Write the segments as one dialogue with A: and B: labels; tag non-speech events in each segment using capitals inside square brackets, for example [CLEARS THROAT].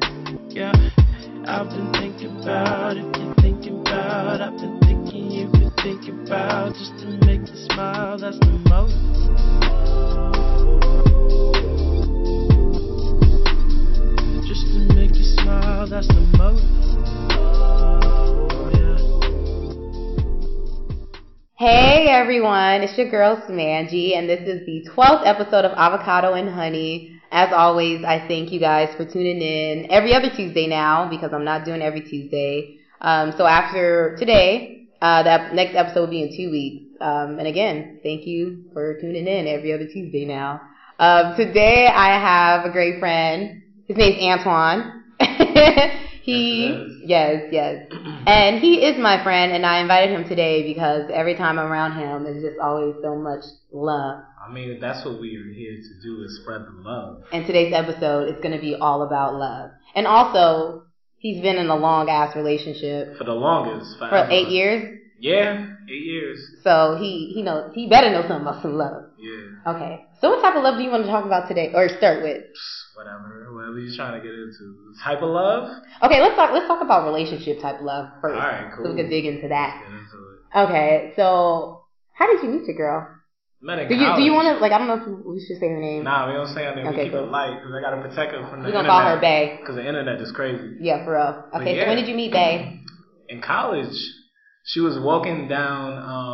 A: girl. I've been thinking about if you're thinking about. I've been thinking you could think about just to make me smile. That's the most. Just to make you smile. That's the most. Yeah.
B: Hey everyone, it's your girl Samanji, and this is the 12th episode of Avocado and Honey. As always, I thank you guys for tuning in every other Tuesday now because I'm not doing every Tuesday. Um, so after today, uh, that next episode will be in two weeks. Um, and again, thank you for tuning in every other Tuesday now. Um, today I have a great friend. His name's Antoine. [LAUGHS]
C: Yes, it
B: he, yes,
C: [CLEARS THROAT]
B: yes. And he is my friend, and I invited him today because every time I'm around him, it's just always so much love.
C: I mean, that's what we are here to do is spread the love.
B: And today's episode is going to be all about love. And also, he's been in a long ass relationship
C: For the longest, five
B: for eight years,
C: Yeah, eight years.
B: so he he knows he better know something about some love.
C: Yeah,
B: Okay, so what type of love do you want to talk about today, or start with?
C: Psh, whatever, whatever you're trying to get into. Type of love.
B: Okay, let's talk let's talk about relationship type love first,
C: All right, cool.
B: so we can dig into that.
C: Get into it.
B: Okay, so how did you meet your girl?
C: Met in
B: Do you do you
C: college.
B: want to like I don't know if you- we should say her name.
C: Nah, we don't say her name.
B: Okay,
C: we keep
B: cool.
C: it light because I gotta protect her from the
B: We're gonna call her
C: internet.
B: Bay.
C: Because the internet is crazy.
B: Yeah, for real.
C: But
B: Okay,
C: yeah.
B: so when did you meet Bay?
C: In college, she was walking down. Um,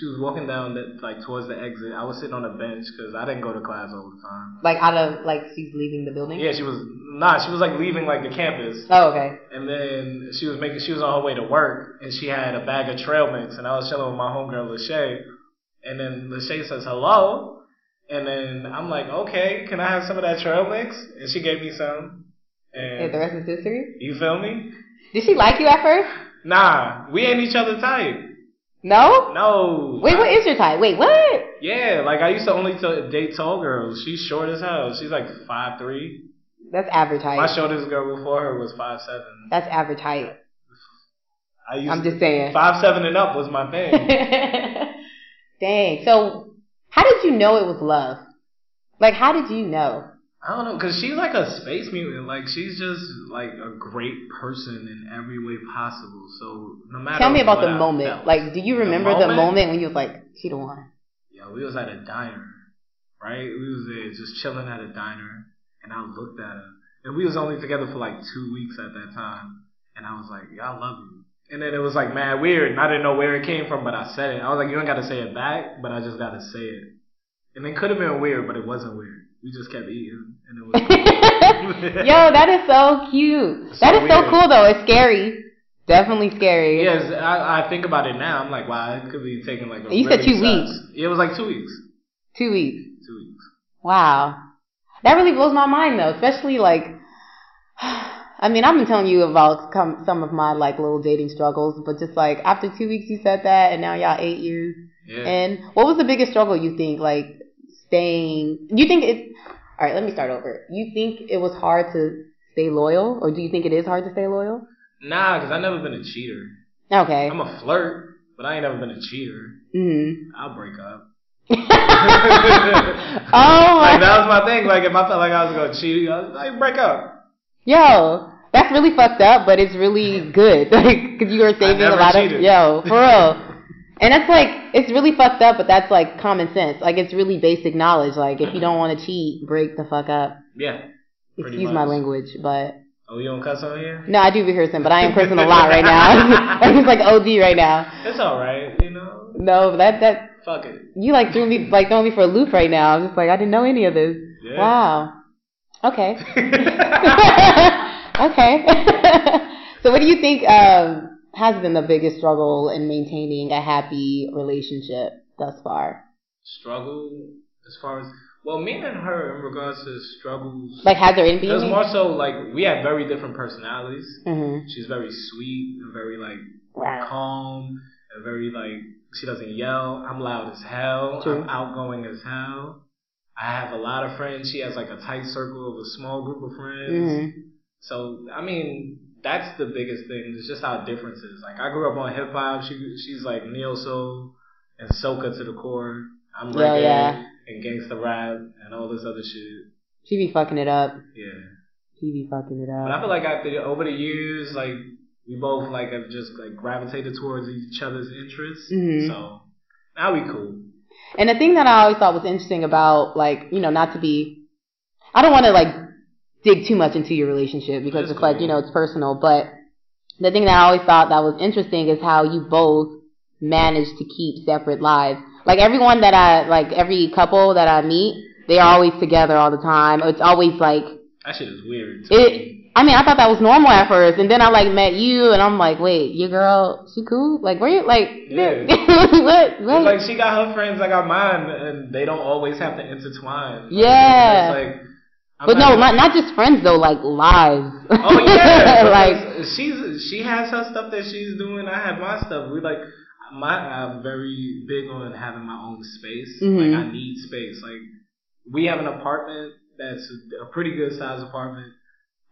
C: she was walking down that like towards the exit. I was sitting on a bench because I didn't go to class all the time.
B: Like out of like she's leaving the building.
C: Yeah, she was nah. She was like leaving like the campus.
B: Oh, okay.
C: And then she was making she was on her way to work and she had a bag of trail mix and I was chilling with my homegirl Lachey. And then Lachey says hello. And then I'm like, okay, can I have some of that trail mix? And she gave me some.
B: Okay, the
C: And
B: rest is history.
C: you feel me?
B: Did she like you at first?
C: Nah, we ain't each other type.
B: No.
C: No.
B: Wait, what is your type? Wait, what?
C: Yeah, like I used to only t- date tall girls. She's short as hell. She's like five three.
B: That's average
C: My
B: height.
C: shortest girl before her was five seven.
B: That's average height.
C: I used
B: I'm just saying.
C: five seven and up was my thing.
B: [LAUGHS] Dang. So, how did you know it was love? Like, how did you know?
C: I don't know, cause she's like a space mutant. Like she's just like a great person in every way possible. So no matter.
B: Tell me about
C: what
B: the
C: I
B: moment.
C: felt-
B: Like, do you
C: The
B: remember the moment?
C: moment?
B: when you was like, she the
C: [LAUGHS]
B: one?
C: Yeah, we was at a diner, right? We was there just chilling at a diner, and I looked at her, and we was only together for like two weeks at that time, and I was like, "Yeah, I love you." And then it was like mad weird, and I didn't know where it came from, but I said it. I was like, "You don't gotta say it back," but I just gotta say it. And it could have been weird, but it wasn't weird. We just kept eating, and it
B: [LAUGHS]
C: was. [LAUGHS]
B: Yo, that is so cute.
C: It's
B: That
C: so
B: is so
C: weird.
B: cool though. It's scary. Definitely scary.
C: Yes, I, I think about it now. I'm like, wow, it could be taking like. A
B: You said
C: really
B: two
C: sus-
B: weeks.
C: Yeah, it was like two weeks.
B: Two weeks.
C: Two weeks.
B: Wow. That really blows my mind though, especially like. [SIGHS] I mean, I've been telling you about com- some of my like little dating struggles, but just like after two weeks you said that, and now y'all eight years.
C: Yeah.
B: And what was the biggest struggle you think? Like staying. You think it? All right, let me start over. You think it was hard to stay loyal, or do you think it is hard to stay loyal?
C: Nah, cause I've never been a cheater.
B: Okay.
C: I'm a flirt, but I ain't never been a cheater. [LAUGHS]
B: Mm-hmm.
C: I'll break up.
B: oh, my-
C: Like that was my thing. Like if I felt like I was gonna cheat, I was like break up.
B: yo, that's really fucked up, but it's really good. [LAUGHS] Like, cause you were saving a
C: never
B: lot of
C: cheated.
B: yo,
C: [LAUGHS]
B: for real. And that's like it's really fucked up, but that's like common sense. Like it's really basic knowledge. Like if you don't want to cheat, break the fuck up.
C: Yeah. Pretty
B: Excuse my
C: much.
B: language, but
C: Oh, you don't cuss on here?
B: No, I do be cursing, but I am cursing a lot right now. [LAUGHS] like it's like OD right now.
C: It's all right, you know.
B: No, but that that
C: Fuck
B: [LAUGHS]
C: it.
B: you like threw me like throwing me for a loop right now. I'm just like I didn't know any of this.
C: Yeah.
B: Wow.
C: [LAUGHS]
B: Okay. okay. [LAUGHS] so what do you think um, has been the biggest struggle in maintaining a happy relationship thus far?
C: Struggle as far as well, me and her in regards to struggles.
B: Like has there any
C: it
B: been?
C: was more so like we have very different personalities.
B: Mm-hmm.
C: She's very sweet and very like
B: Wow.
C: calm and very like she doesn't yell. I'm loud as hell.
B: True.
C: I'm outgoing as hell. I have a lot of friends. She has like a tight circle of a small group of friends.
B: Mm-hmm.
C: So I mean, that's the biggest thing. It's just our differences. Like I grew up on hip hop. She she's like neo soul and soca to the core. I'm
B: Yeah,
C: reggae
B: yeah.
C: and gangsta rap and all this other shit.
B: She be fucking it up.
C: Yeah.
B: She He be fucking it
C: But I
B: up.
C: feel like after over the years, like we both like have just like gravitated towards each other's interests.
B: Mhm.
C: So now we cool.
B: And the thing that I always thought was interesting about, like, you know, not to be, I don't want to like dig too much into your relationship because
C: That's
B: it's like,
C: cool.
B: you know, it's personal. But the thing that I always thought that was interesting is how you both managed to keep separate lives. Like everyone that I, like every couple that I meet, they are always together all the time. It's always like
C: That shit is weird. To me.
B: it. I mean, I thought that was normal at first, and then I like met you, and I'm like, wait, your girl, she cool? Like, where you like? [LAUGHS]
C: Yeah.
B: what? What?
C: It's like she got her friends, I got mine, and they don't always have to intertwine. Like,
B: Yeah.
C: It's like, I'm
B: But no,
C: not-
B: not, not just friends though, like lives.
C: Oh yeah,
B: [LAUGHS] like
C: [LAUGHS] like she's she has her stuff that she's doing. I have my stuff. We like my I'm very big on having my own space.
B: Mhm.
C: Like I need space. Like we have an apartment that's a pretty good size apartment.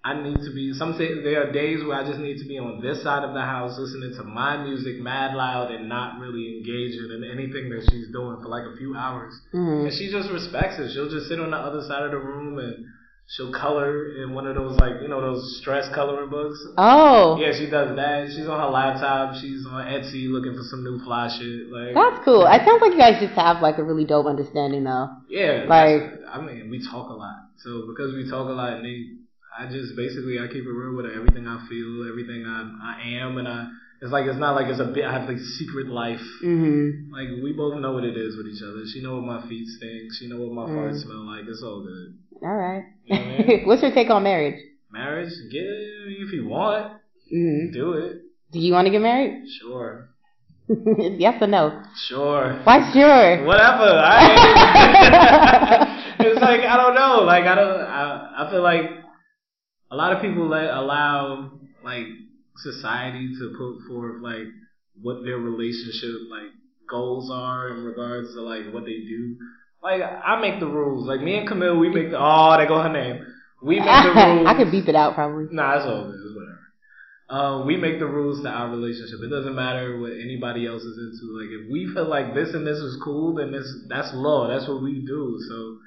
C: I need to be. Some say, there are days where I just need to be on this side of the house listening to my music mad loud and not really engaging in anything that she's doing for like a few hours.
B: mhm.
C: And she just respects it. She'll just sit on the other side of the room and she'll color in one of those like you know those stress coloring books.
B: Oh,
C: Yeah, she does that. She's on her laptop. She's on Etsy looking for some new fly shit. Like
B: that's cool. It sounds like you guys just have like a really dope understanding though.
C: yeah,
B: like-
C: that's- I mean, we talk a lot. So because we talk a lot, and they, I just basically I keep it real with her. Everything I feel, everything I I am, and I. It's like it's not like it's a bit. I have like secret life.
B: Mhm.
C: Like we both know what it is with each other. She know what my feet stink. She know what my
B: Mm.
C: fart smell like. It's all good.
B: All right.
C: You know what
B: [LAUGHS]
C: I mean?
B: What's your take on marriage?
C: marriage, get it if you want,
B: Mhm.
C: do it.
B: Do you want to get married? [LAUGHS]
C: Sure,
B: yes or no?
C: sure,
B: Why sure?
C: whatever. I [LAUGHS] it's like I don't know. Like I don't. I I feel like a lot of people let allow like society to put forth like what their relationship like goals are in regards to like what they do. Like I make the rules. Like me and Camille, we make the oh, they go her name. We make the
B: [LAUGHS]
C: rules.
B: I could beep it out probably.
C: Nah, it's all good. It's whatever. Um, we make the rules to our relationship. It doesn't matter what anybody else is into. Like if we feel like this and this is cool, then this that's law. That's what we do. So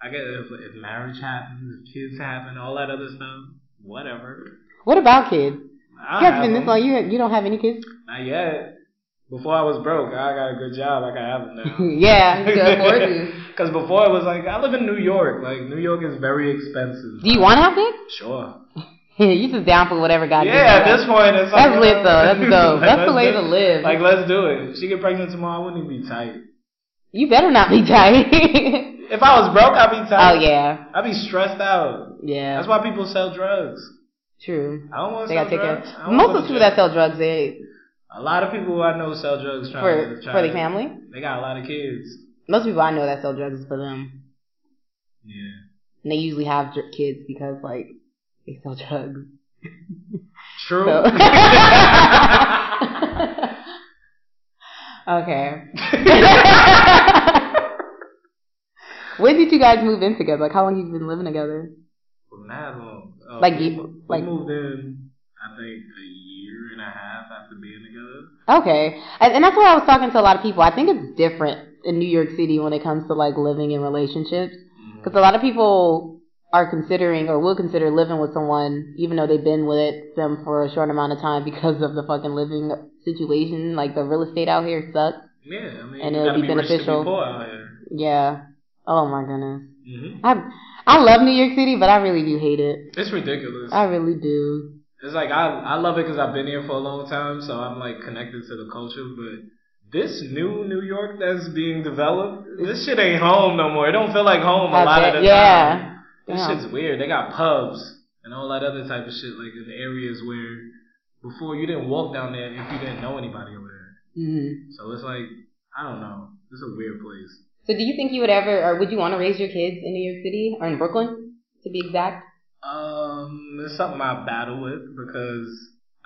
C: I guess if, if marriage happens, if kids happen, all that other stuff, whatever.
B: What about kids?
C: I
B: You have been this long. You you don't have any kids? [LAUGHS]
C: Not yet. Before I was broke, I got a good job. I can have them now.
B: yeah, [LAUGHS] you can afford
C: [LAUGHS]
B: to.
C: Because before it was like I live in New York. Like New York is very expensive.
B: Do you want to have kids?
C: Sure.
B: [LAUGHS] you just down for whatever God. gives you.
C: Yeah, at this point, it's like,
B: That's lit, though.
C: [LAUGHS]
B: That's dope. That's the
C: let's
B: way
C: do-
B: to live.
C: Like, let's do it. She get pregnant tomorrow, I wouldn't even be tight.
B: You better not be [LAUGHS]
C: [LAUGHS]
B: tight.
C: If I was broke, I'd be
B: oh
C: tight.
B: yeah,
C: I'd be stressed out.
B: yeah.
C: That's why people sell drugs.
B: True.
C: I don't want to
B: They
C: sell
B: gotta take care.
C: drugs. I
B: of-
C: don't
B: Most of
C: wanna
B: the people
C: jail.
B: that sell drugs, they
C: A lot of people I know sell drugs trying
B: for
C: to.
B: for
C: trying
B: the family.
C: They got a lot of kids.
B: Most people I know that sell drugs is for them,
C: Yeah.
B: and they usually have dr- kids because like they sell drugs.
C: True.
B: So. [LAUGHS]
C: [LAUGHS]
B: okay. [LAUGHS] when did you guys move in together? Like, how long you been living together?
C: For mad long. Uh,
B: Like
C: we
B: you-
C: mo-
B: like-
C: we moved in, I think, a year and a half after being together.
B: Okay, and, and that's why I was talking to a lot of people. I think it's different in New York City when it comes to like living in relationships, because a lot of people are considering or will consider living with someone even though they've been with them for a short amount of time because of the fucking living situation. Like the real estate out here sucks.
C: Yeah, I mean,
B: And
C: you
B: it'll be
C: gotta rich to
B: beneficial.
C: poor out here.
B: Yeah. Oh my goodness.
C: hmm
B: I I love New York City, but I really do hate it.
C: It's ridiculous.
B: I really do.
C: It's like I I love it because I've been here for a long time, so I'm like connected to the culture. But this new New York that's being developed, this shit ain't home no more. It don't feel like home a
B: I
C: lot
B: bet-
C: of the
B: yeah.
C: time. This
B: Yeah.
C: shit's weird. They got pubs and all that other type of shit, like in areas where before you didn't walk down there if you didn't know anybody over there.
B: hmm
C: So it's like I don't know. It's a weird place.
B: So, do you think you would ever, or would you want to raise your kids in New York City or in Brooklyn, to be exact?
C: Um, it's something I battle with because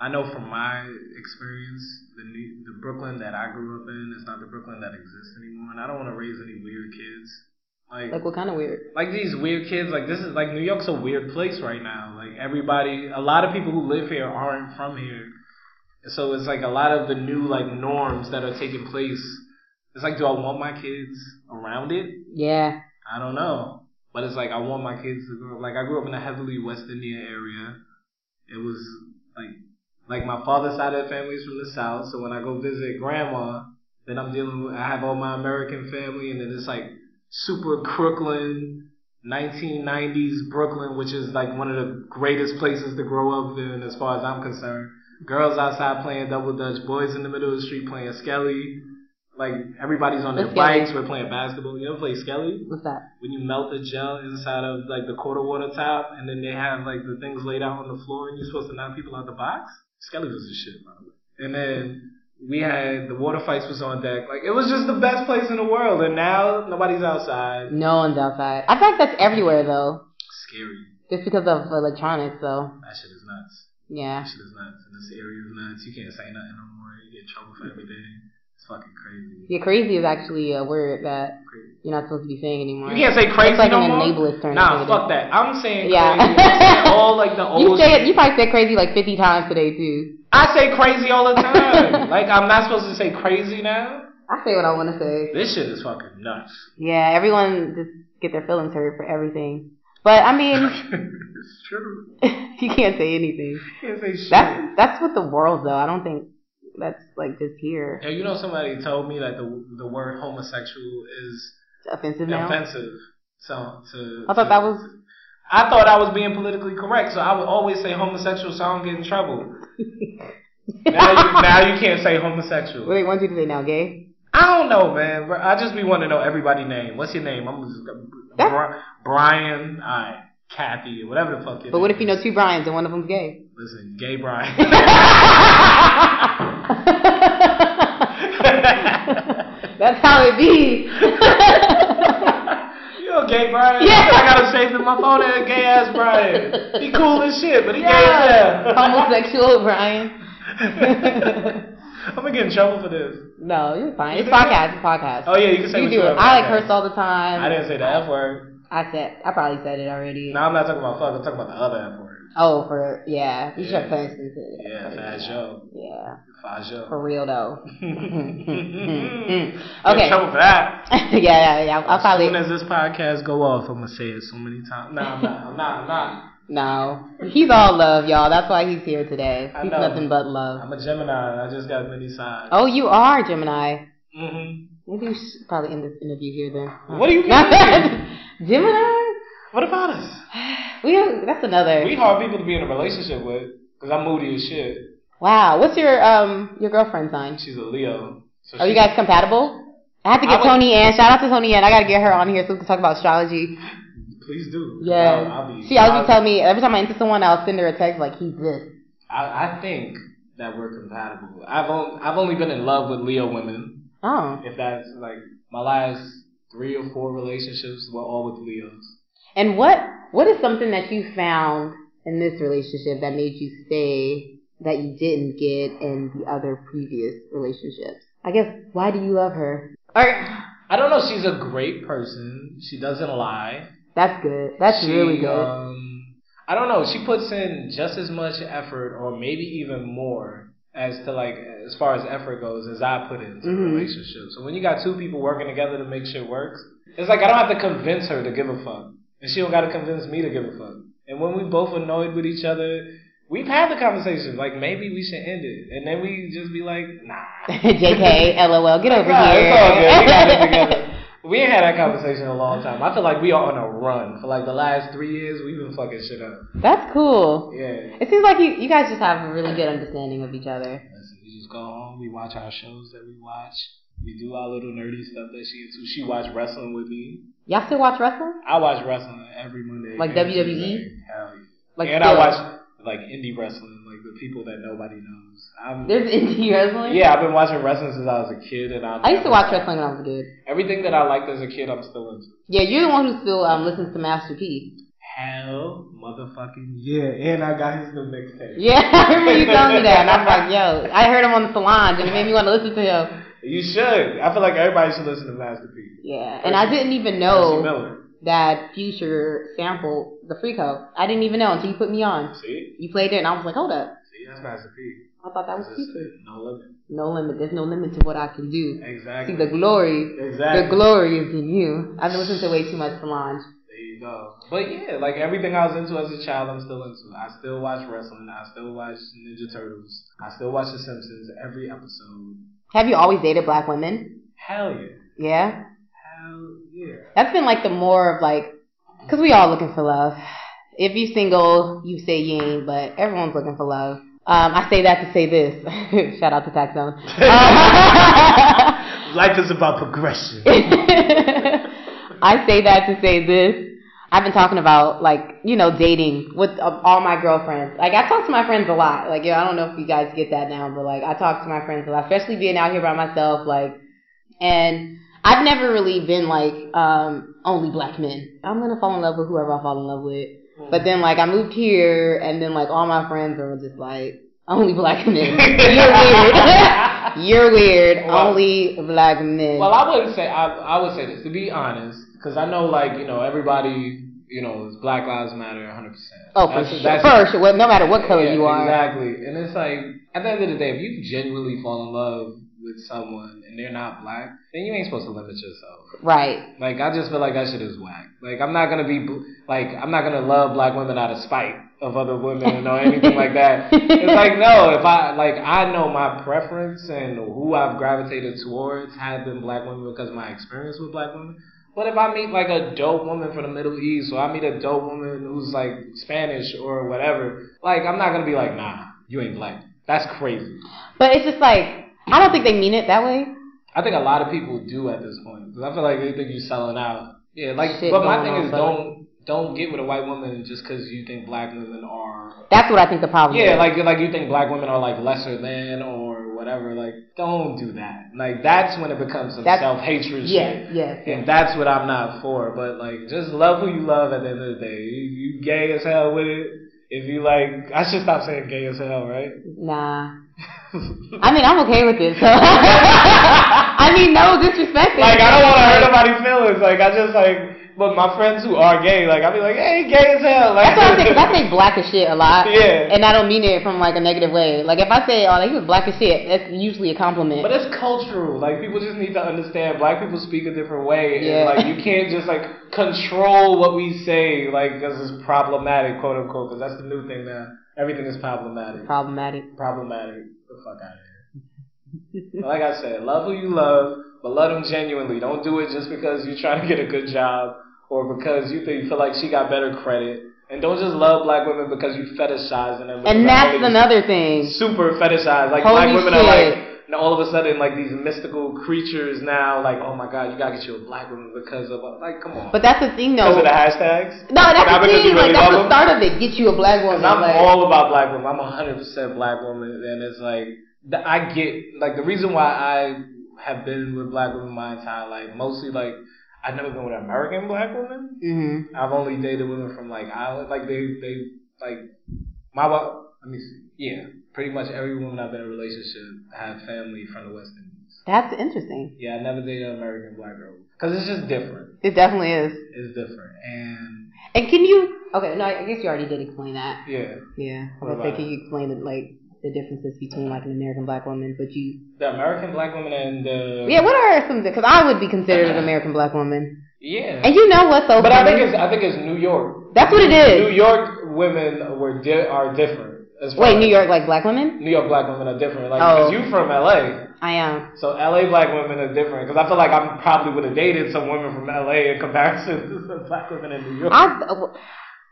C: I know from my experience, the new, the Brooklyn that I grew up in is not the Brooklyn that exists anymore, and I don't want to raise any weird kids.
B: Like,
C: Like,
B: what kind of weird?
C: like these weird kids. Like this is like New York's a weird place right now. Like everybody, a lot of people who live here aren't from here, so it's like a lot of the new like norms that are taking place. It's like, do I want my kids around it?
B: Yeah.
C: I don't know. But it's like I want my kids to grow up. Like I grew up in a heavily West Indian area. It was like like my father's side of the family is from the South, so when I go visit grandma, then I'm dealing with I have all my American family, and then it's like super Crooklyn, 1990s Brooklyn, which is like one of the greatest places to grow up in, as far as I'm concerned. Girls outside playing double dutch, boys in the middle of the street playing skelly. Like everybody's on their
B: What's skelly?
C: bikes, we're playing basketball. You ever play skelly?
B: What's that?
C: when you melt the gel inside of like the quarter water top, and then they have like the things laid out on the floor, and you're supposed to knock people out the box. Skelly was the shit, by the way. And then we had the water fights was on deck. Like it was just the best place in the world. And now nobody's outside.
B: No one's outside. I feel like that's everywhere though,
C: Scary.
B: just because of electronics. So
C: That shit is nuts.
B: yeah,
C: That shit is nuts. And this area is nuts. You can't say nothing no more. You get in trouble for everything. It's fucking crazy.
B: yeah, crazy is actually a word that you're not supposed to be saying anymore.
C: You can't say
B: it's
C: crazy
B: like
C: no
B: an
C: more.
B: enabler's term. I
C: Nah,
B: think it
C: fuck
B: is.
C: that. I'm saying crazy.
B: Yeah.
C: I'm saying all like the
B: [LAUGHS] You
C: old.
B: say
C: shit.
B: it. You probably said crazy like 50 times today too.
C: I say crazy all
B: [LAUGHS]
C: the time. like I'm not supposed to say crazy now.
B: I say what I want to say.
C: This shit is fucking nuts. [LAUGHS]
B: Yeah, everyone just get their feelings hurt for everything. But I mean, [LAUGHS]
C: it's true.
B: you can't say anything.
C: Can't say shit.
B: That's that's with the world though. I don't think that's like just here
C: Yeah, you know somebody told me that the the word homosexual is
B: offensive now.
C: offensive. So to
B: I thought
C: to-
B: that was-
C: I thought I was being politically correct, so I would always say homosexual, so I don't get
B: [LAUGHS]
C: in trouble. now, you, now you can't say
B: What
C: homosexual.
B: they want you to say now, gay?
C: I don't know, man. bro. I just be wanting to know everybody's name. What's your name? I'm just
B: That's-
C: Bri- Brian, I, Kathy, whatever the fuck. Your
B: But what
C: name
B: if you know
C: is.
B: two Brian's and one of them's
C: [LAUGHS]
B: gay? [LAUGHS]
C: Listen, gay Brian.
B: that's how it be. [LAUGHS]
C: you know, gay Brian.
B: Yeah.
C: I gotta save in my phone that gay ass Brian. He cool as shit, but he gay
B: [LAUGHS]
C: as hell. [LAUGHS]
B: Homosexual Brian.
C: I'm gonna get in trouble for this.
B: No, you're fine. It's podcast. It's podcast.
C: Oh yeah, you can say
B: you
C: what
B: do
C: you
B: it.
C: want.
B: I like
C: Okay.
B: curse all the time.
C: I didn't say the F word.
B: I said. I probably said it already.
C: No, I'm not talking about fuck. I'm talking about the other F word.
B: Oh, for yeah. You should
C: Yeah.
B: have punished me for that.
C: Yeah, Fajo.
B: Yeah,
C: Fajo.
B: for real though.
C: [LAUGHS] okay.
B: Hmm, Okay.
C: Hmm. trouble for that.
B: [LAUGHS] yeah, yeah, yeah. I'll probably
C: As soon as this podcast go off, I'm gonna say it so many times. Nah, I'm not. I'm not. I'm not.
B: no. He's all love, y'all. That's why he's here today.
C: I
B: He's
C: know.
B: nothing but love.
C: I'm a Gemini. I just got many sides.
B: Oh, you are Gemini.
C: Mm-hmm.
B: Maybe we should probably end this interview here
C: [LAUGHS]
B: then. [LAUGHS]
C: What are you getting?
B: Gemini?
C: what about us?
B: We don't- that's another.
C: We hard people to be in a relationship with because I'm moody as shit.
B: wow. What's your um your girlfriend sign?
C: She's a Leo.
B: Are
C: So she-
B: Oh, you guys compatible? I have to
C: I
B: get
C: would-
B: Tony Ann. Shout out to Tony Ann. I gotta get her on here so we can talk about astrology.
C: Please do.
B: Yeah.
C: I'll, I'll be,
B: she always
C: I'll-
B: be telling me every time I into someone, I'll send her a text like he's this.
C: I, I think that we're compatible. I've only, I've only been in love with Leo women.
B: Oh.
C: If that's like my last three or four relationships were all with Leos.
B: And what what is something that you found in this relationship that made you stay that you didn't get in the other previous relationships? I guess why do you love her? Or
C: I don't know. She's a great person. She doesn't lie.
B: that's good. That's
C: She,
B: really good. [LAUGHS]
C: Um, I don't know. She puts in just as much effort, or maybe even more, as to like as far as effort goes, as I put into the
B: Mhm.
C: relationship. So when you got two people working together to make shit works, it's like I don't have to convince her to give a fuck, and she don't got to convince me to give a fuck. And when we both annoyed with each other, we've had the conversation like maybe we should end it, and then we just be like, nah.
B: JK, LOL, get over
C: Nah,
B: here.
C: it's all good. We got it [LAUGHS] together. We ain't had that conversation in a long time. I feel like we are on a run. For like the last three years, we've been fucking shit up.
B: [LAUGHS] That's cool.
C: Yeah.
B: It seems like you, you guys just have a really good understanding of each other.
C: Listen, we just go home. We watch our shows that we watch. We do our little nerdy stuff that she into. She watch wrestling with me.
B: Y'all still watch wrestling?
C: I watch wrestling every Monday.
B: Like WWE?
C: and Tuesday. Hell yeah.
B: Like
C: and I
B: still?
C: watch like indie wrestling, like the people that nobody knows. I'm,
B: There's [LAUGHS] indie wrestling.
C: yeah, I've been watching wrestling since I was a kid, and I'm,
B: I used to watch wrestling when I was a kid.
C: Everything that I liked as a kid, I'm still into.
B: Yeah, you're the one who still um, listens to Master P.
C: Hell, motherfucking yeah! And I got his new mixtape.
B: Yeah, [LAUGHS] I remember you telling me that, and I'm like, yo, I heard him on the salon, and it made me want to listen to him.
C: You should. I feel like everybody should listen to Master P.
B: Yeah, and I didn't even
C: Percy
B: know
C: Miller.
B: that Future sampled the Freako. I didn't even know until you put me on.
C: See,
B: You played it, and I was like, hold up,
C: see, that's Master P.
B: I thought that was
C: It's just,
B: Future.
C: uh, No limit.
B: No limit. There's no limit to what I can do. See
C: Exactly.
B: the glory.
C: Exactly.
B: The glory is in you. I've listened to way too much Solange.
C: See, go. But yeah, like everything I was into as a child, I'm still into. I still watch wrestling. I still watch Ninja Turtles. I still watch The Simpsons every episode.
B: Have you always dated black women?
C: Hell yeah.
B: Yeah,
C: Hell yeah.
B: that's been like the more of like, cause we all looking for love. If you single, you say you ain't, but everyone's looking for love. Um, I say that to say this. [LAUGHS] Shout out to Tax Zone. [LAUGHS] Uh,
C: Life is about [LAUGHS] progression.
B: [LAUGHS] I say that to say this. I've been talking about like you know dating with uh, all my girlfriends. Like I talk to my friends a lot. Like yo, I don't know if you guys get that now, but like I talk to my friends a lot, especially being out here by myself. Like, and I've never really been like um, only black men. I'm gonna fall in love with whoever I fall in love with. But then like I moved here, and then like all my friends are just like only black men.
C: [LAUGHS]
B: You're weird. [LAUGHS] You're weird.
C: Well-
B: only black men.
C: Well, I wouldn't say I, I would say this to be honest, because I know like you know everybody you know is Black Lives Matter 100. percent
B: Oh, for sure. for sure. Well, no matter what color
C: Yeah,
B: you are.
C: Exactly. And it's like, at the end of the day, if you genuinely fall in love with someone and they're not black, then you ain't supposed to limit yourself.
B: Right.
C: Like, I just feel like that shit is whack. Like, I'm not gonna be, bl- like, I'm not gonna love black women out of spite of other women or anything like that. It's like, no, if I, like, I know my preference and who I've gravitated towards have been black women because of my experience with black women. But if I meet like a dope woman from the Middle East, or I meet a dope woman who's like Spanish or whatever, like I'm not gonna be like, nah, you ain't black. That's crazy.
B: But it's just like, I don't think they mean it that way.
C: I think a lot
B: Um,
C: of people do at this point. 'cause I feel like they think you're selling out. Yeah, like.
B: Shit
C: but my
B: going
C: thing
B: on,
C: is,
B: but-
C: don't don't get with a white woman just because you think black women are.
B: That's what I think the problem
C: Yeah,
B: is.
C: like like you think black women are like lesser than or whatever. Like, don't do that. Like that's when it becomes some
B: That's-
C: self hatred shit.
B: yeah, yeah.
C: And that's what I'm not for. But like, just love who you love at the end of the day. You, you gay as hell with it. If you like, I should stop saying gay as hell, right? [LAUGHS]
B: Nah. I mean, I'm okay with it. So. [LAUGHS] I mean, no disrespect.
C: like, I don't want to hurt nobody's feelings. Like, I just like, but my friends who are gay, like, I be like, hey, gay as hell. Like,
B: That's what I
C: [LAUGHS]
B: think. 'cause I say black as shit a lot.
C: Yeah.
B: And I don't mean it from like a negative way. Like if I say, oh, like, he was black as shit, that's usually a compliment.
C: But it's cultural. Like people just need to understand. Black people speak a different way,
B: Yeah.
C: and like you can't just like control what we say. Like this is problematic, quote unquote. Because that's the new thing now. Everything is problematic.
B: Problematic.
C: problematic. Get the fuck out of here. like I said, love who you love, but love them genuinely. Don't do it just because you're trying to get a good job or because you think you feel like she got better credit. And don't just love black women because you fetishizing them.
B: And
C: because
B: that's
C: I'm really
B: another thing.
C: super fetishized. Like
B: Holy
C: black women
B: shit.
C: are like now all of a sudden like these mystical creatures now. Like oh my god, you gotta get you a black woman because of like come on.
B: But that's the thing,
C: because
B: though.
C: of the hashtags.
B: No, that's
C: Not
B: the
C: because you
B: thing. Like that's
C: really love
B: the
C: 'em.
B: start of it. Get you a black woman.
C: Because I'm
B: like,
C: all about black women. I'm 100% black woman, and it's like the, I get like the reason why I have been with black women my entire life, mostly like I've never been with an American black woman.
B: hmm
C: I've only dated women from like Ireland. Like they they like my wa- let me see. Yeah, pretty much every woman I've been in a relationship had family from the West Indies.
B: That's interesting.
C: Yeah, I never dated an American black girl because it's just different.
B: It definitely is.
C: It's different, and
B: And can you? Okay, no, I guess you already did explain that.
C: yeah,
B: Yeah, I
C: What
B: was like,
C: about
B: can
C: it?
B: you explain the, like the differences between like an American black woman? But you,
C: the American black woman and the
B: yeah, what are some? Because I would be considered an American black woman.
C: yeah.
B: And you know what's so?
C: But I think
B: funny?
C: it's I think it's New York.
B: that's what it
C: New
B: is.
C: York women were di- are different. As far
B: Wait,
C: as-
B: New York like black women?
C: New York black women are different. Like,
B: Oh.
C: cause you from LA,
B: I am.
C: so LA black women are different. Cause I feel like I'm probably would have dated some women from LA in comparison [LAUGHS] to some black women in New York.
B: I. uh,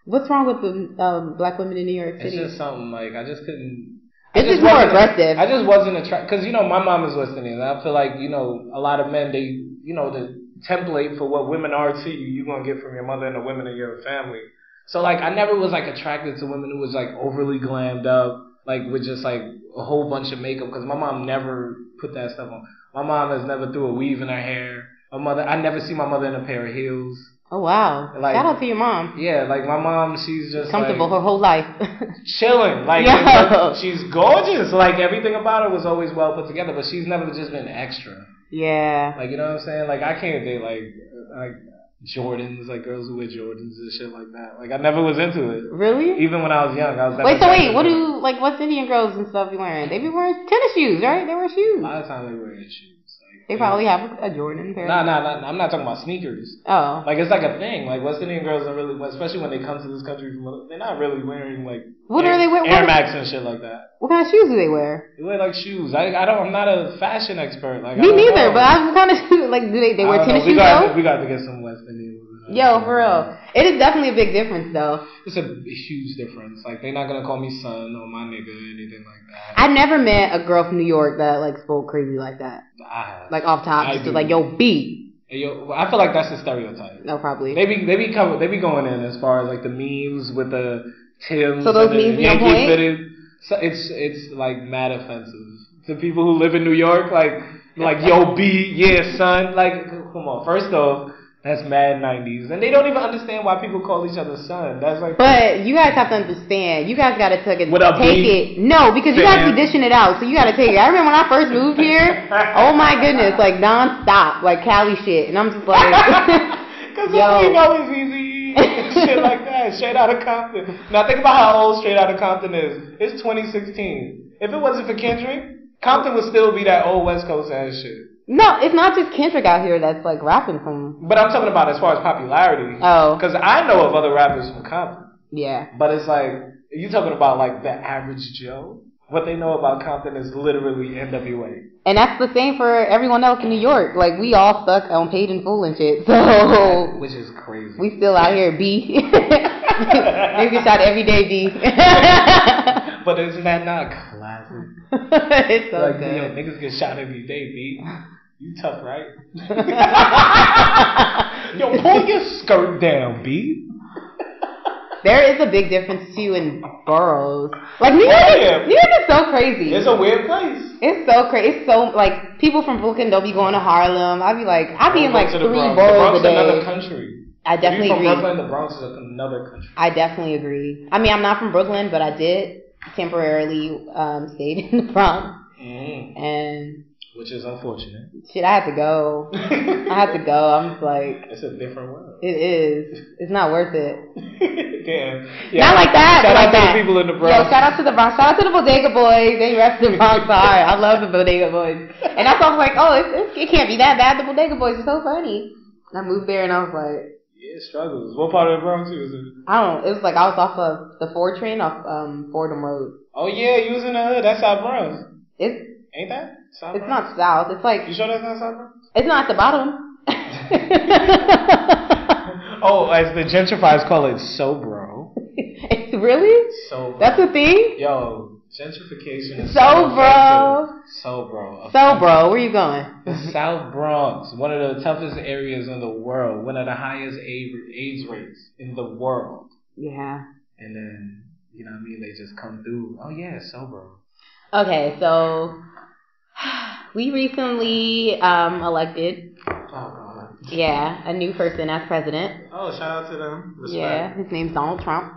B: What's wrong with the um, black women in New York
C: it's
B: City?
C: just something like I just couldn't. I
B: It's just
C: just
B: more
C: wasn't-
B: aggressive.
C: I just wasn't attracted because you know my mom is West Indian. And I feel like you know a lot of men they you know the template for what women are to you you gonna get from your mother and the women in your family. So like I never was like attracted to women who was like overly glammed up, like with just like a whole bunch of makeup. Because my mom never put that stuff on. My mom has never threw a weave in her hair. My mother, I never see my mother in a pair of heels.
B: oh wow!
C: Like-
B: Shout out to your mom.
C: Yeah, like my mom, she's just
B: Comfortable
C: like-
B: her whole life. [LAUGHS]
C: chilling. Like
B: Yo.
C: she's gorgeous. Like everything about her was always well put together, but she's never just been extra.
B: yeah.
C: Like you know what I'm saying? Like I can't date like like Jordans, like girls who wear Jordans and shit like that. Like I never was into it.
B: Really?
C: Even when I was young, I was. never
B: Wait, so wait,
C: attracted
B: what
C: to
B: do like West Indian girls and stuff be wearing? They be wearing tennis shoes, right? They wear
C: it. A
B: shoes.
C: lot of times they wear shoes. Like
B: They probably have a Jordan pair.
C: Nah, nah, nah, nah, I'm not talking about sneakers.
B: Oh.
C: Like it's like a thing. Like West Indian girls are really, especially when they come to this country from, other- they're not really wearing like
B: What
C: Air,
B: are they wear-
C: Air
B: what-
C: Max and shit like that.
B: What kind of shoes do they wear?
C: They wear like shoes. I, I don't. I'm not a fashion expert. Like I
B: Me
C: don't
B: neither,
C: know.
B: but I'm kind of [LAUGHS] like, do they, they
C: I
B: wear
C: don't know.
B: tennis
C: we
B: shoes
C: got,
B: though?
C: We got to get some West Indian. women.
B: Yo, for real. It is definitely a big difference though.
C: It's a huge difference. Like they're not gonna call me son or my nigga or anything like that.
B: I never met a girl from New York that like spoke crazy like that.
C: I have.
B: Like off top,
C: I
B: just
C: do.
B: was like, yo, B.
C: Yo, well, I feel like that's a stereotype.
B: No, probably.
C: They be they be cover, they be going in as far as like the memes with the Tim's
B: So those
C: and the
B: memes be on
C: Yankee
B: point?
C: fitted. So it's it's like mad offensive to people who live in New York. Like like yo B yeah son. Like come on. First off, that's mad nineties, and they don't even understand why people call each other son. That's like
B: But you guys have to understand. You guys gotta take it.
C: What up,
B: take
C: B?
B: it. No, because you guys be
C: Fam.
B: dishing it out, so you gotta take it. I remember when I first moved here. Oh my goodness, like nonstop, like Cali shit, and I'm just like, [LAUGHS]
C: Because
B: Yo.
C: you know is easy
B: [LAUGHS]
C: and shit like that. Straight out of Compton. Now think about how old Straight Out of Compton is. It's 2016. If it wasn't for Kendrick, Compton would still be that old West Coast ass shit.
B: no, it's not just Kendrick out here that's like rapping from.
C: But I'm talking about as far as popularity.
B: Oh,
C: Because I know of other rappers from Compton.
B: yeah.
C: But it's like, you talking about like the average Joe? What they know about Compton is literally NWA.
B: And that's the same for everyone else in New York. Like we all stuck on paid in full and shit. So [LAUGHS]
C: Which is crazy.
B: we still out here, B. [LAUGHS] Niggas get shot every day, B. [LAUGHS] it's
C: but isn't that not classic?
B: so
C: like,
B: good.
C: yo, niggas get shot every day, B. You
B: [LAUGHS]
C: tough, right? yo, pull your skirt down, B.
B: There is a big difference too in boroughs. Like New York,
C: Yeah.
B: is, New York is so crazy.
C: It's a weird place.
B: It's so crazy. It's so like people from Brooklyn don't be going to Harlem. I'd be like, I'd be in like
C: Go to
B: three
C: the Bronx.
B: boroughs a
C: the Bronx is another
B: day.
C: country.
B: I definitely
C: if you're from
B: agree.
C: Brooklyn, the Bronx is another country.
B: I definitely agree. I mean, I'm not from Brooklyn, but I did temporarily um, [LAUGHS] stayed in the Bronx,
C: Mm,
B: and
C: which is unfortunate.
B: shit, I had to go. I had to go. I'm just like,
C: it's a
B: [LAUGHS]
C: different world.
B: it is. It's not worth it.
C: Damn.
B: Not like that,
C: Shout
B: but
C: out
B: like
C: to
B: that.
C: the people in the
B: Yo,
C: Bronx.
B: shout out to the Bronx. Shout out to the Bodega Boys. They rest in Bronx hard. I love the Bodega Boys. And I thought, I was like, oh, it's, it's, it can't be that bad. The Bodega Boys are so funny. And I moved there and I was like,
C: yeah, struggles. What part of the Bronx you was in?
B: I don't know. It was like I was off of the Ford train off um, Fordham Road.
C: Oh yeah, you was in the hood. That's South Bronx.
B: It's
C: Ain't that? South
B: it's
C: Bronx?
B: not south. It's like
C: You sure that's not South Bronx?
B: it's not at the bottom. [LAUGHS]
C: Oh, as the gentrifiers call it, sobro.
B: it's really
C: Sobro.
B: that's a thing.
C: Yo, gentrification is
B: Sobro.
C: So bro.
B: So, bro, where you going?
C: The South Bronx, one of the toughest areas in the world, one of the highest A- AIDS rates in the world.
B: Yeah.
C: And then, you know what I mean? They just come through. Oh, yeah, so bro.
B: Okay, so we recently um, elected
C: Oh, God.
B: Yeah, a new person as president.
C: Oh, shout out to them. [LAUGHS]
B: Yeah, his name's Donald Trump.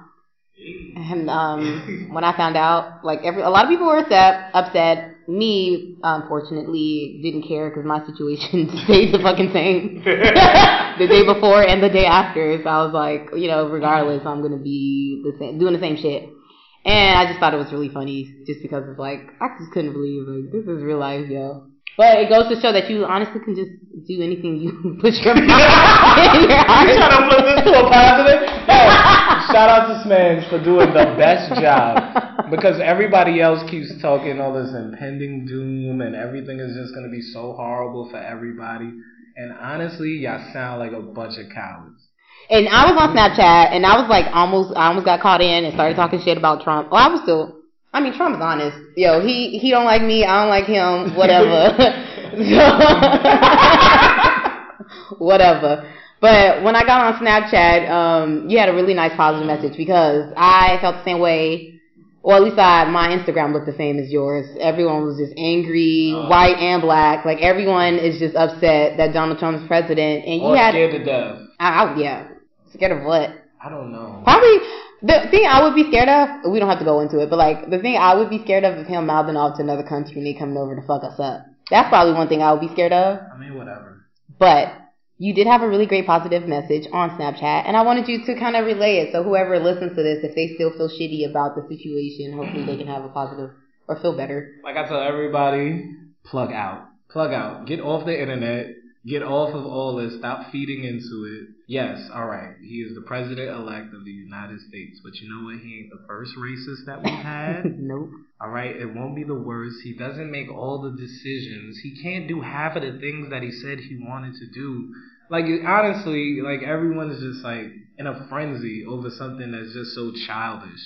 C: Yeah.
B: And um, when I found out, like every a lot of people were upset. Upset. Me, unfortunately, didn't care because my situation [LAUGHS] stayed the fucking same the day before and the day after. So I was like, you know, regardless, I'm gonna be the same, doing the same shit. And I just thought it was really funny, just because it's like I just couldn't believe like this is real life, yo. But it goes to show that you honestly can just do anything you [LAUGHS] put your mind in your heart.
C: You trying to flip this to a positive? Hey, shout out to Smash for doing the best job because everybody else keeps talking all this impending doom and everything is just going to be so horrible for everybody. And honestly, y'all sound like a bunch of cowards.
B: And I was on Snapchat, and I was like almost, I almost got caught in and started talking shit about Trump. Well, I was still, I mean, Trump is honest. Yo, he he don't like me, I don't like him,
C: [LAUGHS]
B: whatever. [LAUGHS] So- whatever. But when I got on Snapchat, um, you had a really nice positive message because I felt the same way. Or at least I, my Instagram looked the same as yours. Everyone was just angry,
C: Oh.
B: white and black. Like everyone is just upset that Donald Trump's president. And you
C: Or
B: had
C: scared to death.
B: I, I yeah. Scared of what?
C: I don't know.
B: Probably the thing I would be scared of. We don't have to go into it, but like the thing I would be scared of is him mouthing off to another country and they coming over to fuck us up. That's probably one thing I would be scared of.
C: I mean, whatever.
B: But you did have a really great positive message on Snapchat, and I wanted you to kind of relay it. So whoever listens to this, if they still feel shitty about the situation, hopefully they can have a positive or feel better. [LAUGHS]
C: Like I tell everybody, plug out. plug out. Get off the internet. Get off of all this. Stop feeding into it. Yes, all right. He is the president elect of the United States, but you know what? He ain't the first racist that
B: [LAUGHS]
C: we've had.
B: nope.
C: all right, it won't be the worst. He doesn't make all the decisions. He can't do half of the things that he said he wanted to do. Like it- honestly, like everyone's just like in a frenzy over something that's just so childish.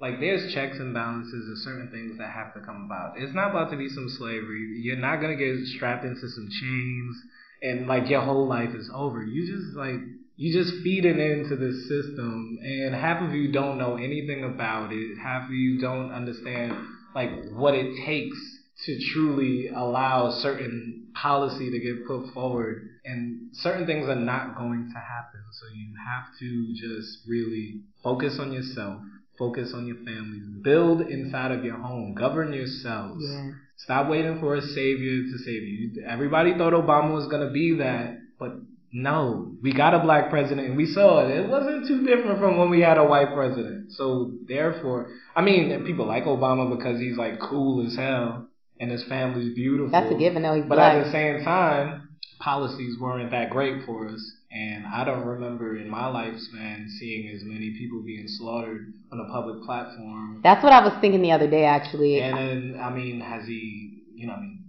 C: Like there's checks and balances and certain things that have to come about. It's not about to be some slavery. You're not gonna get strapped into some chains and like your whole life is over. You just like you just feeding into this system and half of you don't know anything about it. Half of you don't understand like what it takes to truly allow certain policy to get put forward and certain things are not going to happen. So you have to just really focus on yourself, focus on your family, build inside of your home, govern yourselves.
B: Yeah.
C: Stop waiting for a savior to save you. Everybody thought Obama was gonna be that, but no, we got a black president, and we saw it. It wasn't too different from when we had a white president. So therefore, I mean, and people like Obama because he's like cool as hell, and his family's beautiful.
B: That's a given though. He's
C: But
B: black.
C: at the same time, policies weren't that great for us. And I don't remember in my lifespan seeing as many people being slaughtered on a public platform.
B: That's what I was thinking the other day actually.
C: And uh, then, I mean, has he, you know, I mean,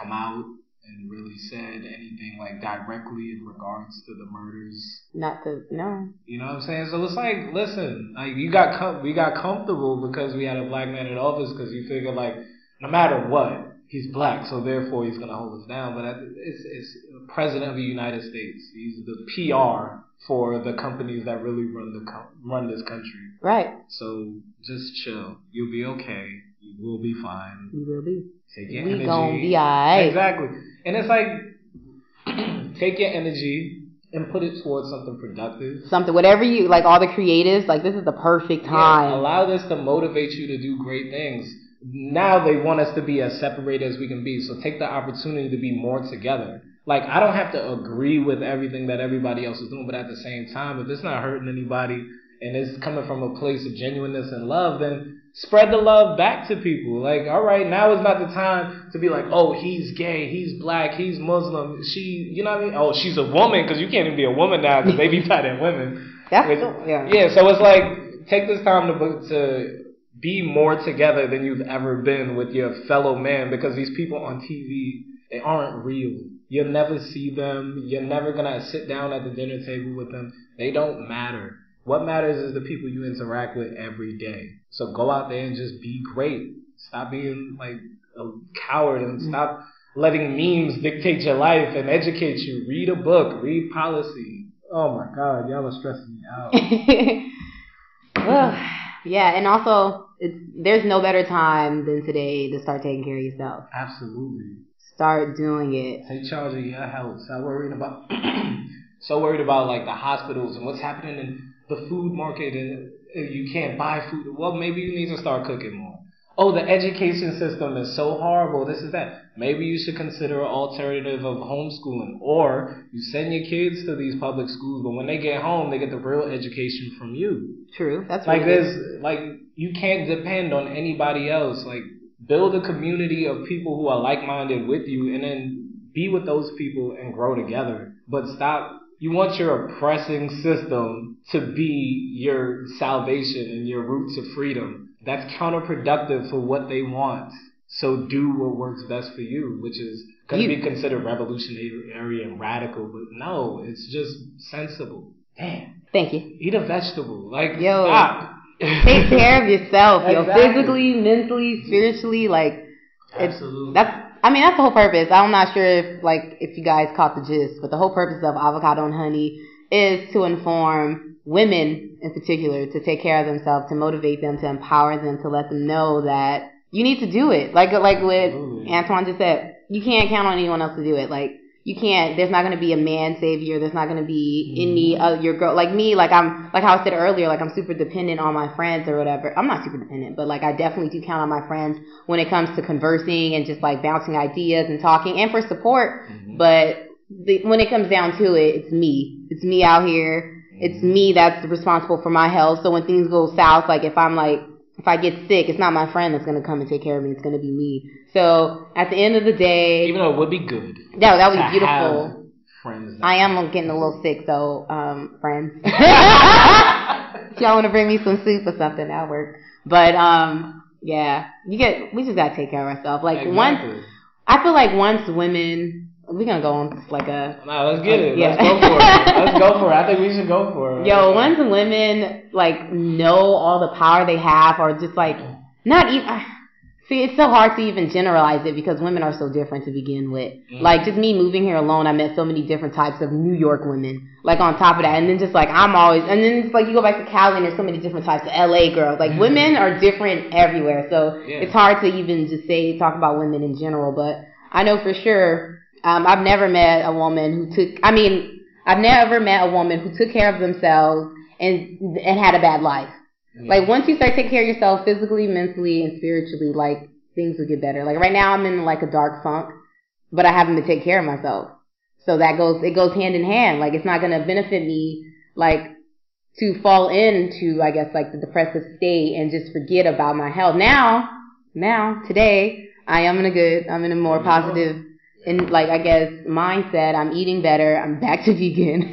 C: come out and really said anything like directly in regards to the murders?
B: Not to no.
C: You know what I'm saying? So it's like, listen, like you got com- we got comfortable because we had a black man in office because you figure like no matter what he's black, so therefore he's gonna hold us down. But I- it's it's president of the United States. He's the PR for the companies that really run the com- run this country.
B: Right.
C: So just chill. You'll be okay. You will be fine.
B: You will be.
C: Take your
B: we
C: energy.
B: gonna be alright.
C: Exactly. And it's like [CLEARS THROAT] take your energy and put it towards something productive.
B: Something whatever you like all the creatives, like this is the perfect
C: Yeah,
B: time.
C: allow this to motivate you to do great things. Now they want us to be as separated as we can be. So take the opportunity to be more together. Like I don't have to agree with everything that everybody else is doing, but at the same time, if it's not hurting anybody and it's coming from a place of genuineness and love, then spread the love back to people. Like, all right, now is not the time to be like, oh, he's gay, he's black, he's Muslim, she, you know what I mean? Oh, she's a woman because you can't even be a woman now because they be [LAUGHS] fighting women.
B: That's
C: With-
B: so- yeah.
C: yeah, so it's like take this time to bu- to be more together than you've ever been with your fellow man because these people on TV they aren't real. You'll never see them. You're never gonna sit down at the dinner table with them. They don't matter. What matters is the people you interact with every day. So go out there and just be great. Stop being like a coward and stop letting memes dictate your life and educate you. Read a book. Read policy. Oh my God, y'all are stressing me
B: [LAUGHS]
C: out.
B: well, yeah, and also it's, there's no better time than today to start taking care of yourself.
C: Absolutely.
B: Start doing it.
C: Take charge of your health. Stop worried about [CLEARS THROAT] so worried about like the hospitals and what's happening in the food market and if you can't buy food. Well, maybe you need to start cooking more. Oh, the education system is so horrible. This is that. Maybe you should consider an alternative of homeschooling, or you send your kids to these public schools, but when they get home, they get the real education from you
B: True. That's
C: like
B: what it is.
C: there's like you can't depend on anybody else like build a community of people who are like-minded with you and then be with those people and grow together but stop you want your oppressing system to be your salvation and your route to freedom that's counterproductive for what they want so do what works best for you which is going
B: You-
C: to be considered revolutionary and radical but no it's just sensible damn
B: Thank you.
C: eat a vegetable. Like,
B: Yo.
C: stop. [LAUGHS]
B: Take care of yourself, yo.
C: Exactly.
B: Physically, mentally, spiritually, like
C: Absolutely.
B: That's I mean that's the whole purpose. I'm not sure if like if you guys caught the gist, but the whole purpose of avocado and honey is to inform women in particular to take care of themselves, to motivate them, to empower them, to let them know that you need to do it. Like like what
C: Absolutely.
B: Antoine just said, you can't count on anyone else to do it. Like you can't. There's not going to be a man savior. There's not going to be any of your girl. Like me, like I'm, like how I said earlier, like I'm super dependent on my friends or whatever. I'm not super dependent, but like I definitely do count on my friends when it comes to conversing and just like bouncing ideas and talking and for support. But the, when it comes down to it, it's me. It's me out here. It's me that's responsible for my health. So when things go south, like if I'm like if I get sick, it's not my friend that's gonna come and take care of me. It's gonna be me. So at the end of the day,
C: Even though it would be good.
B: no, that was
C: to have
B: beautiful.
C: Friends. that-
B: I am getting a little sick, so um, friends,
C: [LAUGHS]
B: if y'all want to bring me some soup or something, that'll work. But um, yeah, you get we just gotta take care of ourselves. Like once
C: Exactly.
B: I feel like once women, we gonna go on just like a
C: Nah, let's get it.
B: Yeah.
C: Let's go for it.
B: [LAUGHS]
C: Let's go for it. I think we should go for it.
B: Yo,
C: [LAUGHS]
B: once women like know all the power they have, or just like not even. See, it's so hard to even generalize it because women are so different to begin with.
C: Mm.
B: Like just me moving here alone, I met so many different types of New York women. Like on top of that, and then just like I'm always, and then it's like you go back to Cali and there's so many different types of LA girls. Like
C: Mhm.
B: women are different everywhere, so
C: Yeah.
B: it's hard to even just say talk about women in general. But I know for sure, um, I've never met a woman who took. I mean, I've never met a woman who took care of themselves and and had a bad life. Like once you start taking care of yourself physically, mentally, and spiritually, like things will get better. Like right now, I'm in like a dark funk, but I haven't been taking care of myself. So that goes it goes hand in hand. Like it's not gonna benefit me like to fall into I guess like the depressive state and just forget about my health. Now, now today, I am in a good. I'm in a more
C: Mhm.
B: positive. And like I guess mindset, I'm eating better. I'm back to vegan [LAUGHS]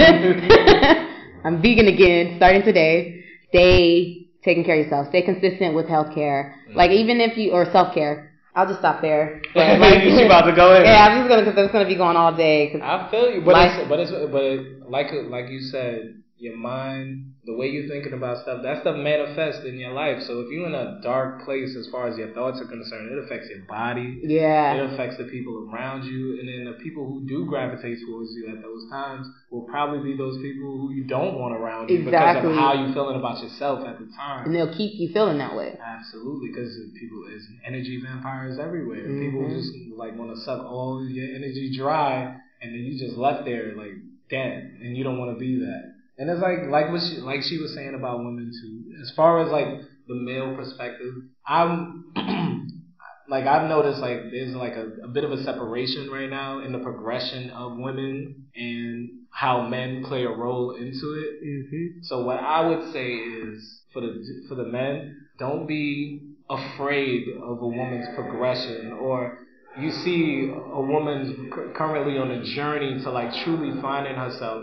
B: again. I'm vegan again, starting today stay taking care of yourself. Stay consistent with health care. Like even if you or self care. I'll just stop there. But, like,
C: she about to go in.
B: yeah, I'm just gonna because it's gonna be going all day. 'cause-
C: I feel you, but
B: Like-
C: it's, but it's but it, like like you said, your mind, the way you're thinking about stuff, that stuff manifests in your life. So if you're in a dark place as far as your thoughts are concerned, it affects your body,
B: yeah,
C: it affects the people around you, and then the people who do gravitate towards you at those times will probably be those people who you don't want around you because
B: Exactly.
C: of how you're feeling about yourself at the time.
B: and they'll keep you feeling that way.
C: Absolutely, because people is energy vampires everywhere. People
B: Mhm.
C: just like want to suck all your energy dry, and then you just left there like dead, and you don't want to be that. And it's like like what she like she was saying about women too. As far as like the male perspective, I'm [CLEARS THROAT] like I've noticed like there's like a, a bit of a separation right now in the progression of women and how men play a role into it.
B: Mm-hmm.
C: So what I would say is for the for the men, don't be afraid of a woman's progression or you see a woman's cur- currently on a journey to like truly finding herself.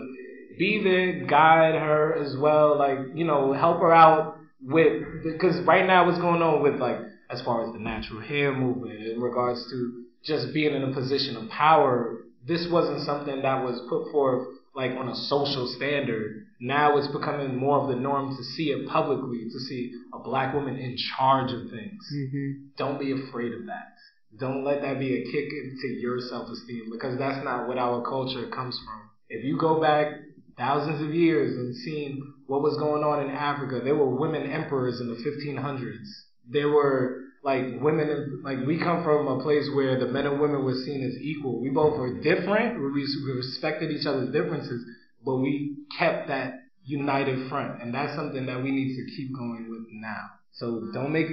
C: Be there, guide her as well, like, you know, help her out with because right now what's going on with like as far as the natural hair movement in regards to just being in a position of power, this wasn't something that was put forth like on a social standard. Now it's becoming more of the norm to see it publicly, to see a black woman in charge of things.
B: Mm-hmm.
C: Don't be afraid of that. Don't let that be a kick into your self esteem because that's not what our culture comes from. If you go back thousands of years and seen what was going on in Africa, there were women emperors in the 1500s. There were like women, like we come from a place where the men and women were seen as equal. We both were different, we res- we respected each other's differences, but we kept that united front. And that's something that we need to keep going with now. So don't make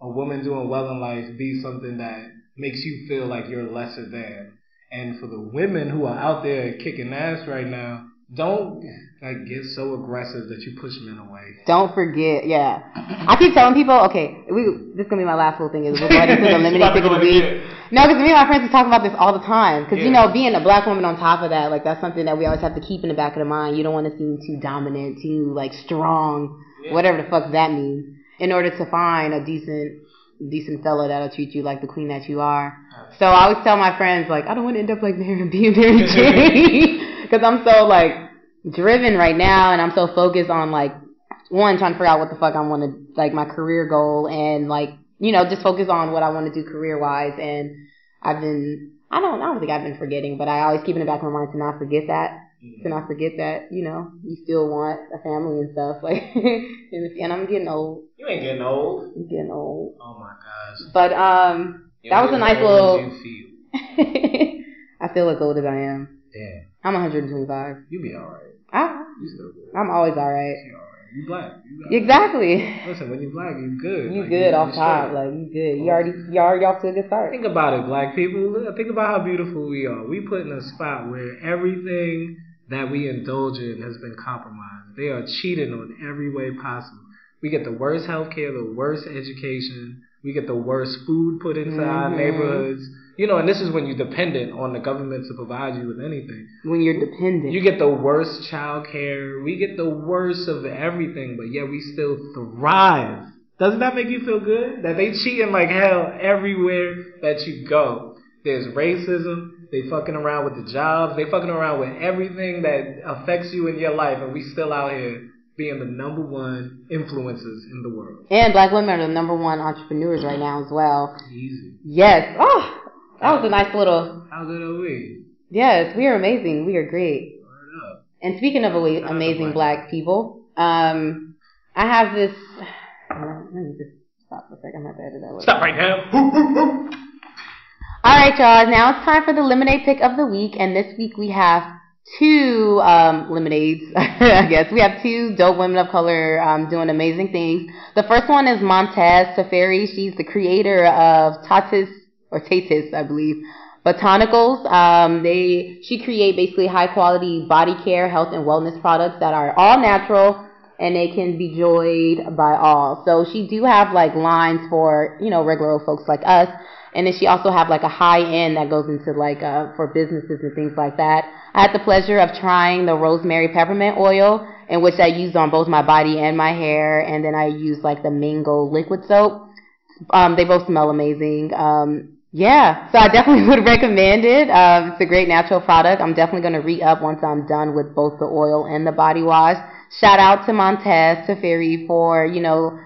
C: a woman doing well in life be something that makes you feel like you're lesser than. And for the women who are out there kicking ass right now, don't like get so aggressive that you push men away.
B: Don't forget. Yeah, I keep telling people. Okay, we this is gonna be my last little thing. Is we're going into the
C: [LAUGHS] She's about
B: lemonade
C: to
B: pick of
C: go
B: the
C: in
B: week.
C: again.
B: No, because me and my friends we talk about this all the time. Because you know,
C: Yeah.
B: being a black woman on top of that, like that's something that we always have to keep in the back of the mind. You don't want to seem too dominant, too like strong,
C: Yeah.
B: whatever the fuck that means, in order to find a decent, decent fella that'll treat you like the queen that you are. So I always tell my friends like, I don't want to end up like Mary being Mary
C: [LAUGHS]
B: Jane, [LAUGHS] because I'm so like driven right now, and I'm so focused on like one trying to figure out what the fuck I want to like my career goal and like you know just focus on what I want to do career wise and I've been I don't I don't think I've been forgetting but I always keep in the back of my mind to not forget that to not forget that you know you still want a family and stuff [LAUGHS] like and, if- and I'm getting old
C: You ain't getting old.
B: I'm getting old
C: Oh my gosh.
B: but um
C: You
B: That was
C: ain't
B: a nice
C: getting old as
B: little-
C: You feel.
B: [LAUGHS] I feel as old as I am
C: Damn,
B: I'm 125
C: you be alright.
B: I
C: You still good.
B: I'm always all right
C: You alright. You black. You black.
B: exactly [LAUGHS]
C: Listen, when you black, you good.
B: you
C: Like,
B: good
C: you
B: off top
C: straight.
B: like you good you already you already off to a good start
C: Think about it, black people. Look, Think about how beautiful we are. We put in a spot where everything that we indulge in has been compromised. They are cheating on every way possible. We get the worst healthcare, the worst education. We get the worst food put into our
B: Mhm.
C: neighborhoods. You know, and this is when you're dependent on the government to provide you with anything.
B: When you're dependent.
C: You get the worst child care. We get the worst of everything, but yet we still thrive. Doesn't that make you feel good? That they cheating like hell everywhere that you go. There's racism. They fucking around with the jobs. They fucking around with everything that affects you in your life, and we still out here being the number one influencers in the world.
B: and black women are the number one entrepreneurs right now as well.
C: Easy.
B: Yes. Oh, that was a nice little.
C: How good are we?
B: Yes, we are amazing. We are great.
C: Word up.
B: And speaking of awa-
C: Shout out
B: amazing
C: to
B: black,
C: black.
B: people, um, I have this. [SIGHS] Let me just stop for a second. I'm about to edit that.
C: Stop right now.
B: All right, y'all. Now it's time for the lemonade pick of the week, and this week we have two um, lemonades. [LAUGHS] I guess we have two dope women of color um, doing amazing things. The first one is Montez Safari. She's the creator of Tatis or Tatis, I believe. Botanicals. Um, they she create basically high quality body care, health, and wellness products that are all natural and they can be joyed by all. So she do have like lines for you know regular old folks like us, and then she also have like a high end that goes into like uh, for businesses and things like that. I had the pleasure of trying the rosemary peppermint oil, in which I used on both my body and my hair, and then I used like the mango liquid soap. Um, they both smell amazing. Um, yeah, so I definitely [LAUGHS] would recommend it. Um, it's a great natural product. I'm definitely going to re up once I'm done with both the oil and the body wash. Shout out to Montez Teferi for, you know,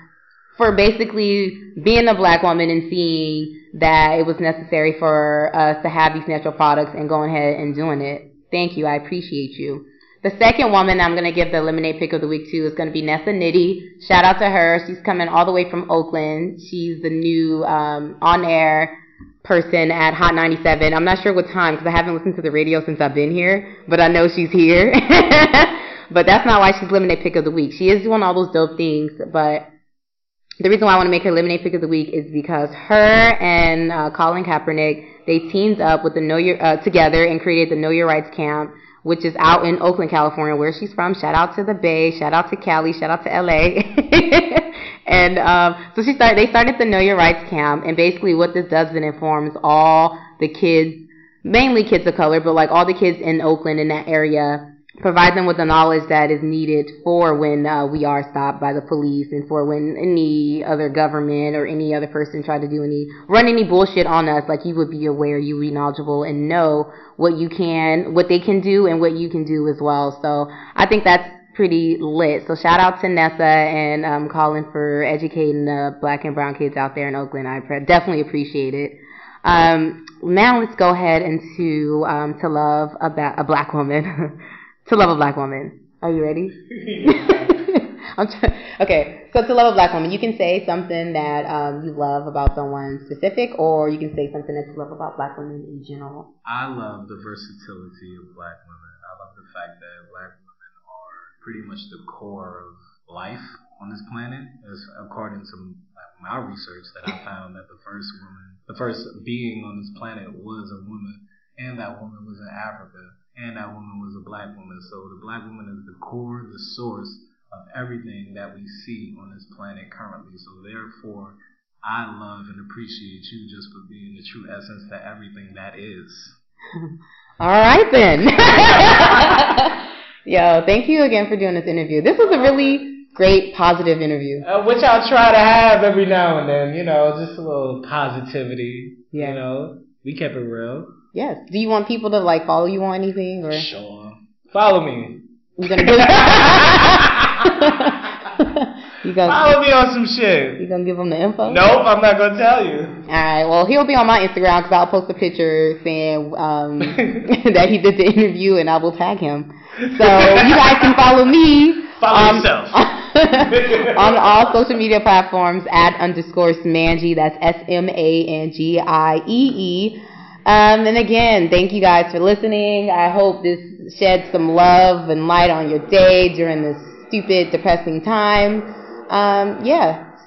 B: for basically being a black woman and seeing that it was necessary for us to have these natural products and going ahead and doing it. Thank you. I appreciate you. The second woman I'm going to give the lemonade pick of the week to is going to be Nessa Nitty. Shout out to her. She's coming all the way from Oakland. She's the new um, on air person at Hot 97. I'm not sure what time because I haven't listened to the radio since I've been here, but I know she's here. [LAUGHS] but that's not why she's lemonade pick of the week. She is doing all those dope things, but the reason why I want to make her lemonade pick of the week is because her and uh, Colin Kaepernick they teamed up with the Know Your uh, together and created the Know Your Rights camp, which is out in Oakland, California, where she's from. Shout out to the Bay, shout out to Cali, shout out to LA. [LAUGHS] and um, so she started. They started the Know Your Rights camp, and basically what this does is it informs all the kids, mainly kids of color, but like all the kids in Oakland in that area provide them with the knowledge that is needed for when uh, we are stopped by the police and for when any other government or any other person try to do any run any bullshit on us like you would be aware you would be knowledgeable and know what you can what they can do and what you can do as well so i think that's pretty lit so shout out to nessa and um, colin for educating the black and brown kids out there in oakland i pre- definitely appreciate it um, now let's go ahead into um, to love a, ba- a black woman. [LAUGHS] to love a black woman. Are you ready? I'm try- okay, so to love a black woman, you can say something that um, you love about someone specific, or you can say something that you love about black women in general.
C: I love the versatility of black women. I love the fact that black women are pretty much the core of life on this planet, as according to like, my research that I found that the first woman, the first being on this planet was a woman, and that woman was in Africa, and that woman was a black woman. So the black woman is the core, the source of everything that we see on this planet currently. So therefore, I love and appreciate you just for being the true essence to everything that is.
B: All right then. [LAUGHS] Yo, thank you again for doing this interview. This was a really great, positive interview.
C: Uh, which I'll try to have every now and then, you know, just a little positivity.
B: Yeah.
C: You know, we kept it real.
B: Yes. Do you want people to like follow you on anything, or
C: Sure. Follow me.
B: you gonna do? [LAUGHS] you gonna
C: Follow me on some shit.
B: you gonna give them the info?
C: Nope, I'm not gonna tell you.
B: All right. Well, he'll be on my Instagram because I'll post a picture saying um, [LAUGHS] that he did the interview, and I will tag him. So you guys can follow me.
C: Follow
B: um,
C: yourself.
B: [LAUGHS] on all social media platforms at underscore Smangie. That's S M A N G I E E. Um, and again, thank you guys for listening. I hope this shed some love and light on your day during this stupid, depressing time. Um, yeah.